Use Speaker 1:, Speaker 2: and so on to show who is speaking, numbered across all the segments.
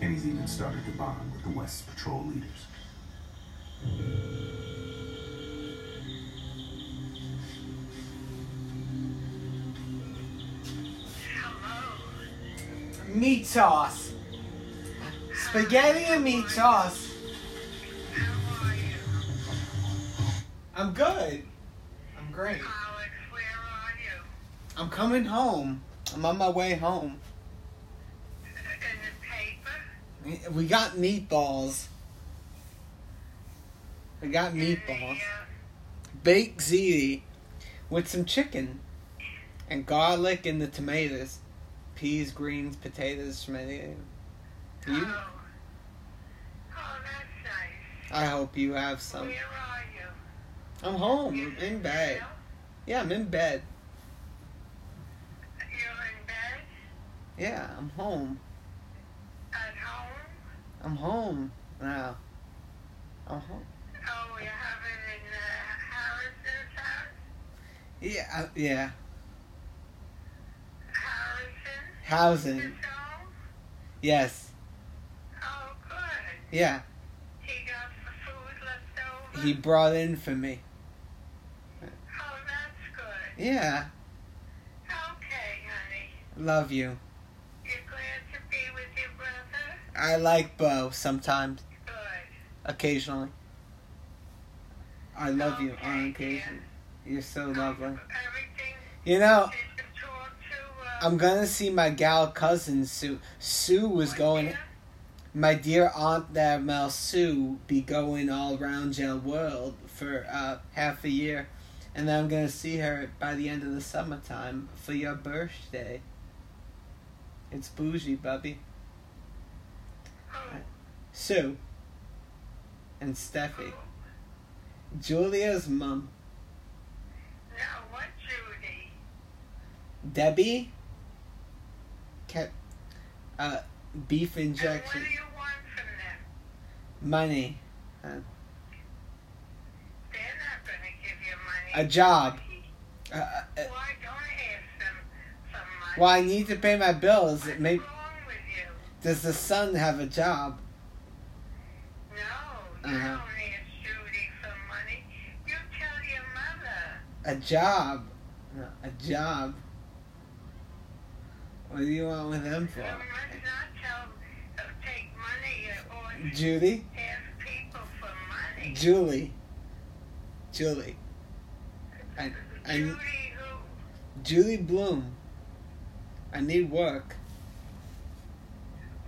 Speaker 1: And he's even started to bond with the West Patrol leaders.
Speaker 2: Meat sauce. Spaghetti and meat sauce.
Speaker 3: How are you?
Speaker 2: I'm good. I'm great.
Speaker 3: Alex, where are you?
Speaker 2: I'm coming home. I'm on my way home.
Speaker 3: In the paper?
Speaker 2: We got meatballs. We got
Speaker 3: Oh,
Speaker 2: meatballs. Baked ziti with some chicken and garlic and the tomatoes. Peas, greens, potatoes, tomato.
Speaker 3: In the,
Speaker 2: You?
Speaker 3: uh, oh. oh, that's nice.
Speaker 2: I hope you have some.
Speaker 3: Where are you?
Speaker 2: I'm home.
Speaker 3: You
Speaker 2: I'm in bed. Yeah, I'm in bed.
Speaker 3: You're in bed?
Speaker 2: Yeah, I'm home.
Speaker 3: At home?
Speaker 2: I'm home now. I'm home.
Speaker 3: Oh, you're having in uh, Harrison's house?
Speaker 2: Yeah, I- yeah.
Speaker 3: Harrison's
Speaker 2: Housing.
Speaker 3: home?
Speaker 2: Yes.
Speaker 3: Oh, good.
Speaker 2: Yeah.
Speaker 3: He got the food left over?
Speaker 2: He brought in for me.
Speaker 3: Oh, that's good.
Speaker 2: Yeah.
Speaker 3: Okay, honey.
Speaker 2: Love you.
Speaker 3: You're glad to be with your brother?
Speaker 2: I like Bo sometimes,
Speaker 3: Good.
Speaker 2: occasionally. I love you on occasion. You're so lovely.
Speaker 3: Everything
Speaker 2: You know,
Speaker 3: did you talk to? Uh,
Speaker 2: I'm gonna see my gal cousin Sue. Sue was going. My dear aunt that Mel Sue be going all around jail world for uh, half a year, and then I'm gonna see her by the end of the summertime for your birthday. It's bougie, Bubby.
Speaker 3: Oh,
Speaker 2: Sue. And Steffi. Julia's mum.
Speaker 3: now what, Judy?
Speaker 2: Debbie kept uh, beef
Speaker 3: And what
Speaker 2: injection
Speaker 3: do you want from them?
Speaker 2: money,
Speaker 3: They're not going to give you money.
Speaker 2: a job. Uh, uh, uh,
Speaker 3: Why don't I ask them for money?
Speaker 2: well, I need to pay my bills.
Speaker 3: What's
Speaker 2: Maybe
Speaker 3: wrong with you?
Speaker 2: does the son have a job?
Speaker 3: No, you
Speaker 2: Uh-huh.
Speaker 3: don't ask Judy for money. You tell your mother.
Speaker 2: A job, No, a job. What do you want with him
Speaker 3: You
Speaker 2: for?
Speaker 3: must not tell, uh, take money or
Speaker 2: Judy,
Speaker 3: ask people for money.
Speaker 2: Julie, Julie, I- I-
Speaker 3: Judy who?
Speaker 2: Julie Bloom. I need work.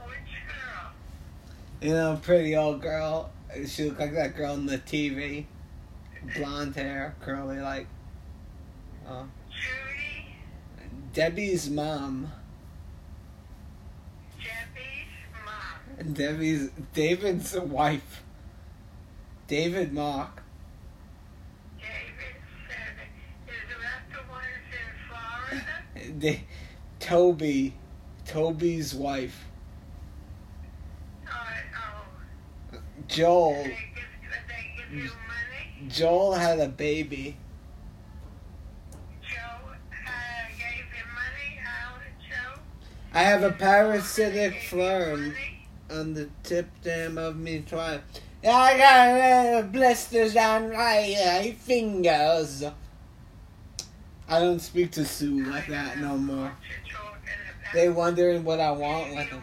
Speaker 3: Which girl?
Speaker 2: You know, pretty old girl. She looked like that girl on the TV. Blonde hair, curly like. Oh.
Speaker 3: Judy?
Speaker 2: Debbie's mom.
Speaker 3: Debbie's mom.
Speaker 2: Debbie's David's wife. David Mark.
Speaker 3: David said, is that the ones in Florida?
Speaker 2: Da- Toby. Toby's wife.
Speaker 3: Or, oh,
Speaker 2: Joel.
Speaker 3: they give, they give you
Speaker 2: Mm.
Speaker 3: money?
Speaker 2: Joel had a baby.
Speaker 3: Joe uh, gave you money? How Joe?
Speaker 2: I have a parasitic
Speaker 3: Gave you
Speaker 2: phlegm
Speaker 3: money?
Speaker 2: on the tip dam of me twice. I got uh, blisters on my uh, fingers. I don't speak to Sue like that no more.
Speaker 3: You're talking about.
Speaker 2: They wondering what I want
Speaker 3: Gave
Speaker 2: with
Speaker 3: you
Speaker 2: them.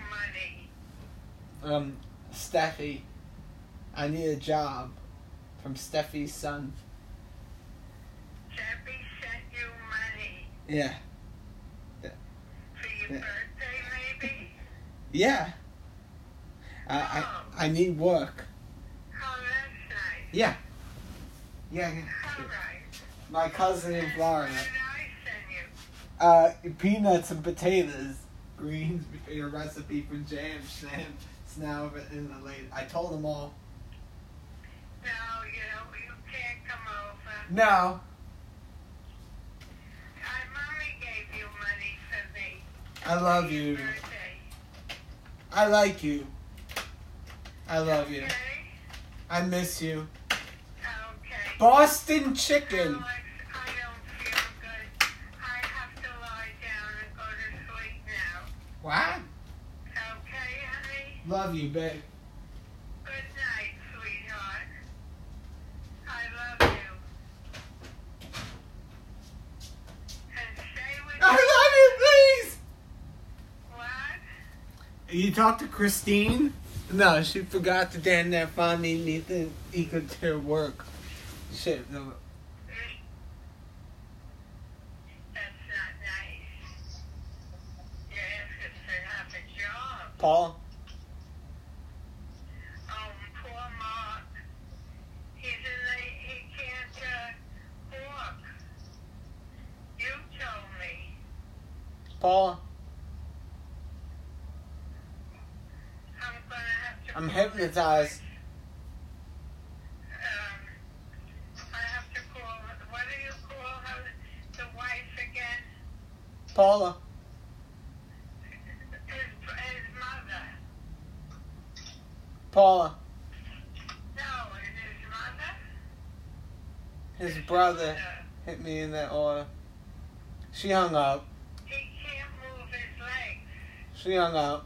Speaker 3: money.
Speaker 2: Um, Steffi, I need a job from Steffi's son.
Speaker 3: Debbie sent you money
Speaker 2: Yeah,
Speaker 3: for your
Speaker 2: Yeah.
Speaker 3: birthday, maybe?
Speaker 2: yeah. I I, I need work.
Speaker 3: Oh, that's nice.
Speaker 2: Yeah. Yeah, yeah.
Speaker 3: All right.
Speaker 2: My cousin in
Speaker 3: What
Speaker 2: Florida.
Speaker 3: did I send you?
Speaker 2: Uh, peanuts and potatoes. Greens, your recipe for jam, Sam. It's now in the late. I told them all.
Speaker 3: No, you know, you can't come over.
Speaker 2: No.
Speaker 3: My mommy gave you money for me.
Speaker 2: I love you.
Speaker 3: Birthday.
Speaker 2: I like you. I love you.
Speaker 3: Okay?
Speaker 2: I miss you.
Speaker 3: Okay.
Speaker 2: Boston chicken.
Speaker 3: Alex, I don't feel good. I have to lie down and go to sleep now.
Speaker 2: What?
Speaker 3: Okay, honey?
Speaker 2: Love you, babe.
Speaker 3: Good night, sweetheart. I love you. And stay with
Speaker 2: I love you,
Speaker 3: What?
Speaker 2: please. You talked to Christine? No, she forgot to damn near find me Nathan Ecoteer work. Shit, no.
Speaker 3: That's not nice. You're asking for half a job.
Speaker 2: Paul?
Speaker 3: Um, poor Mark. He's in the, he can't, uh, walk. You told me.
Speaker 2: Paul?
Speaker 3: I'm gonna have to.
Speaker 2: I'm
Speaker 3: call his
Speaker 2: hypnotized.
Speaker 3: Um, I have to call, what do you call her, the wife again?
Speaker 2: Paula?
Speaker 3: His, his mother.
Speaker 2: Paula?
Speaker 3: No, his mother?
Speaker 2: His brother
Speaker 3: Uh,
Speaker 2: hit me in that order. She hung up.
Speaker 3: He can't move his legs.
Speaker 2: She hung up.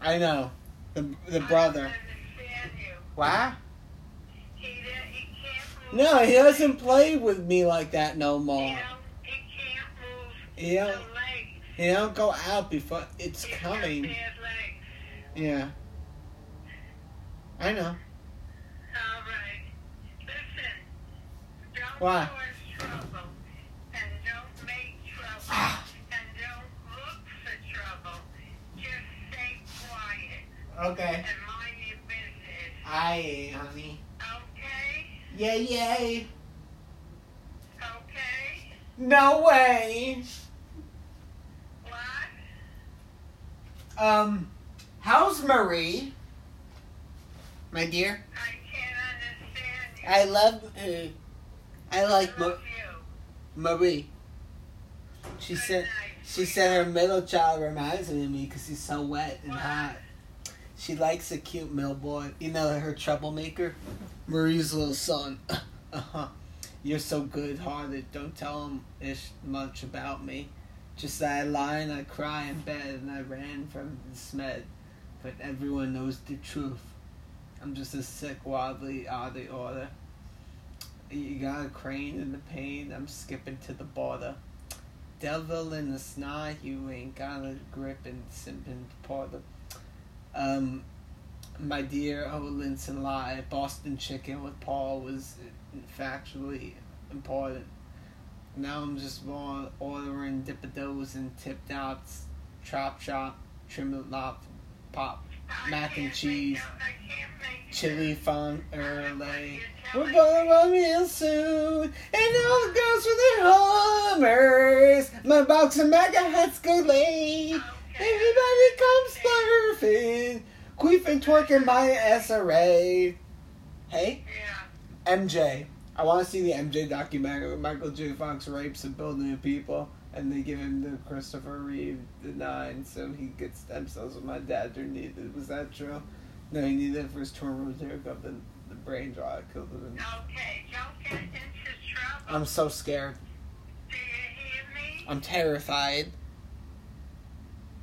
Speaker 2: I know. The, the
Speaker 3: I
Speaker 2: brother.
Speaker 3: don't understand you.
Speaker 2: Why?
Speaker 3: He, di- he can't move.
Speaker 2: No, he
Speaker 3: his
Speaker 2: doesn't Oh. play with me like that no
Speaker 3: legs. He
Speaker 2: more.
Speaker 3: don't- He can't move
Speaker 2: He
Speaker 3: the
Speaker 2: don't,
Speaker 3: legs.
Speaker 2: he don't go out before it's
Speaker 3: He's got
Speaker 2: coming.
Speaker 3: bad legs.
Speaker 2: Yeah. I know.
Speaker 3: All right. Listen, don't
Speaker 2: Why?
Speaker 3: cause trouble, and don't make trouble,
Speaker 2: Ah.
Speaker 3: and don't look for trouble. Just stay quiet
Speaker 2: Okay.
Speaker 3: and mind your business,
Speaker 2: Aye, honey.
Speaker 3: okay?
Speaker 2: Yay, yay.
Speaker 3: Okay?
Speaker 2: No way.
Speaker 3: What?
Speaker 2: Um, how's Marie? My dear?
Speaker 3: I can't understand you.
Speaker 2: I love her. I like
Speaker 3: love
Speaker 2: Ma-
Speaker 3: you.
Speaker 2: Marie. She
Speaker 3: Good
Speaker 2: said.
Speaker 3: night.
Speaker 2: She said her middle child reminds me of me because he's so wet and hot. She likes a cute mill boy. You know her troublemaker, Marie's little son. uh huh. You're so good-hearted. Don't tell him ish much about me. Just that I lie and I cry in bed and I ran from the smed. But everyone knows the truth. I'm just a sick, wildly out of order. You got a crane in the pain. I'm skipping to the border. Devil in the snot, you ain't got a grip and simping part of um my dear Olinson and lie, Boston chicken with Paul was factually important. Now I'm just more ordering dippados and tip tops, chop chop, trim lop pop,
Speaker 3: I
Speaker 2: mac and
Speaker 3: can't
Speaker 2: cheese,
Speaker 3: Make, no- I can't make
Speaker 2: chili fun
Speaker 3: What
Speaker 2: early.
Speaker 3: you're
Speaker 2: We're
Speaker 3: telling
Speaker 2: gonna
Speaker 3: me.
Speaker 2: run real soon, and all the girls with their hummers. My box and mega hats go late. Everybody comes slurfing, queefing, twerking my SRA. Hey,
Speaker 3: Yeah.
Speaker 2: MJ. I want to see the MJ documentary where Michael J. Fox rapes a building of people, and they give him the Christopher Reeve the nine, so he gets stem cells with my dad are needed. Was that true? No, he needed it for his tumor to up the, the brain draw. Killed him.
Speaker 3: Okay. Don't get into trouble.
Speaker 2: I'm so scared.
Speaker 3: Do you hear me?
Speaker 2: I'm terrified.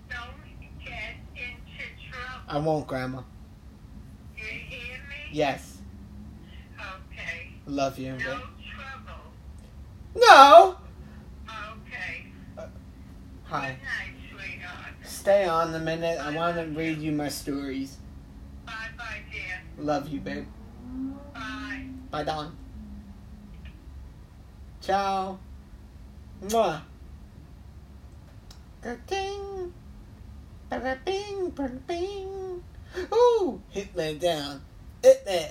Speaker 3: Don't get into trouble.
Speaker 2: I won't, Grandma.
Speaker 3: You hear me?
Speaker 2: Yes.
Speaker 3: Okay.
Speaker 2: Love you,
Speaker 3: No
Speaker 2: MJ.
Speaker 3: trouble.
Speaker 2: No!
Speaker 3: Okay.
Speaker 2: Hi.
Speaker 3: Good night, sweetheart.
Speaker 2: Stay on a minute. I want to read you my stories.
Speaker 3: Bye bye, dear.
Speaker 2: Love you, babe.
Speaker 3: Bye.
Speaker 2: Bye, Don. Ciao. Mwah. Ka-ting. Ba-da-bing, ba-da-bing. Ooh! Hit me down. Hit me.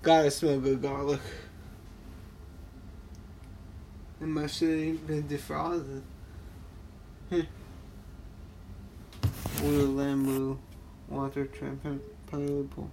Speaker 2: Gotta smell good garlic. And my shit ain't been defrosted. Hmm. Oil, lamb, water, tramp, and pineapple.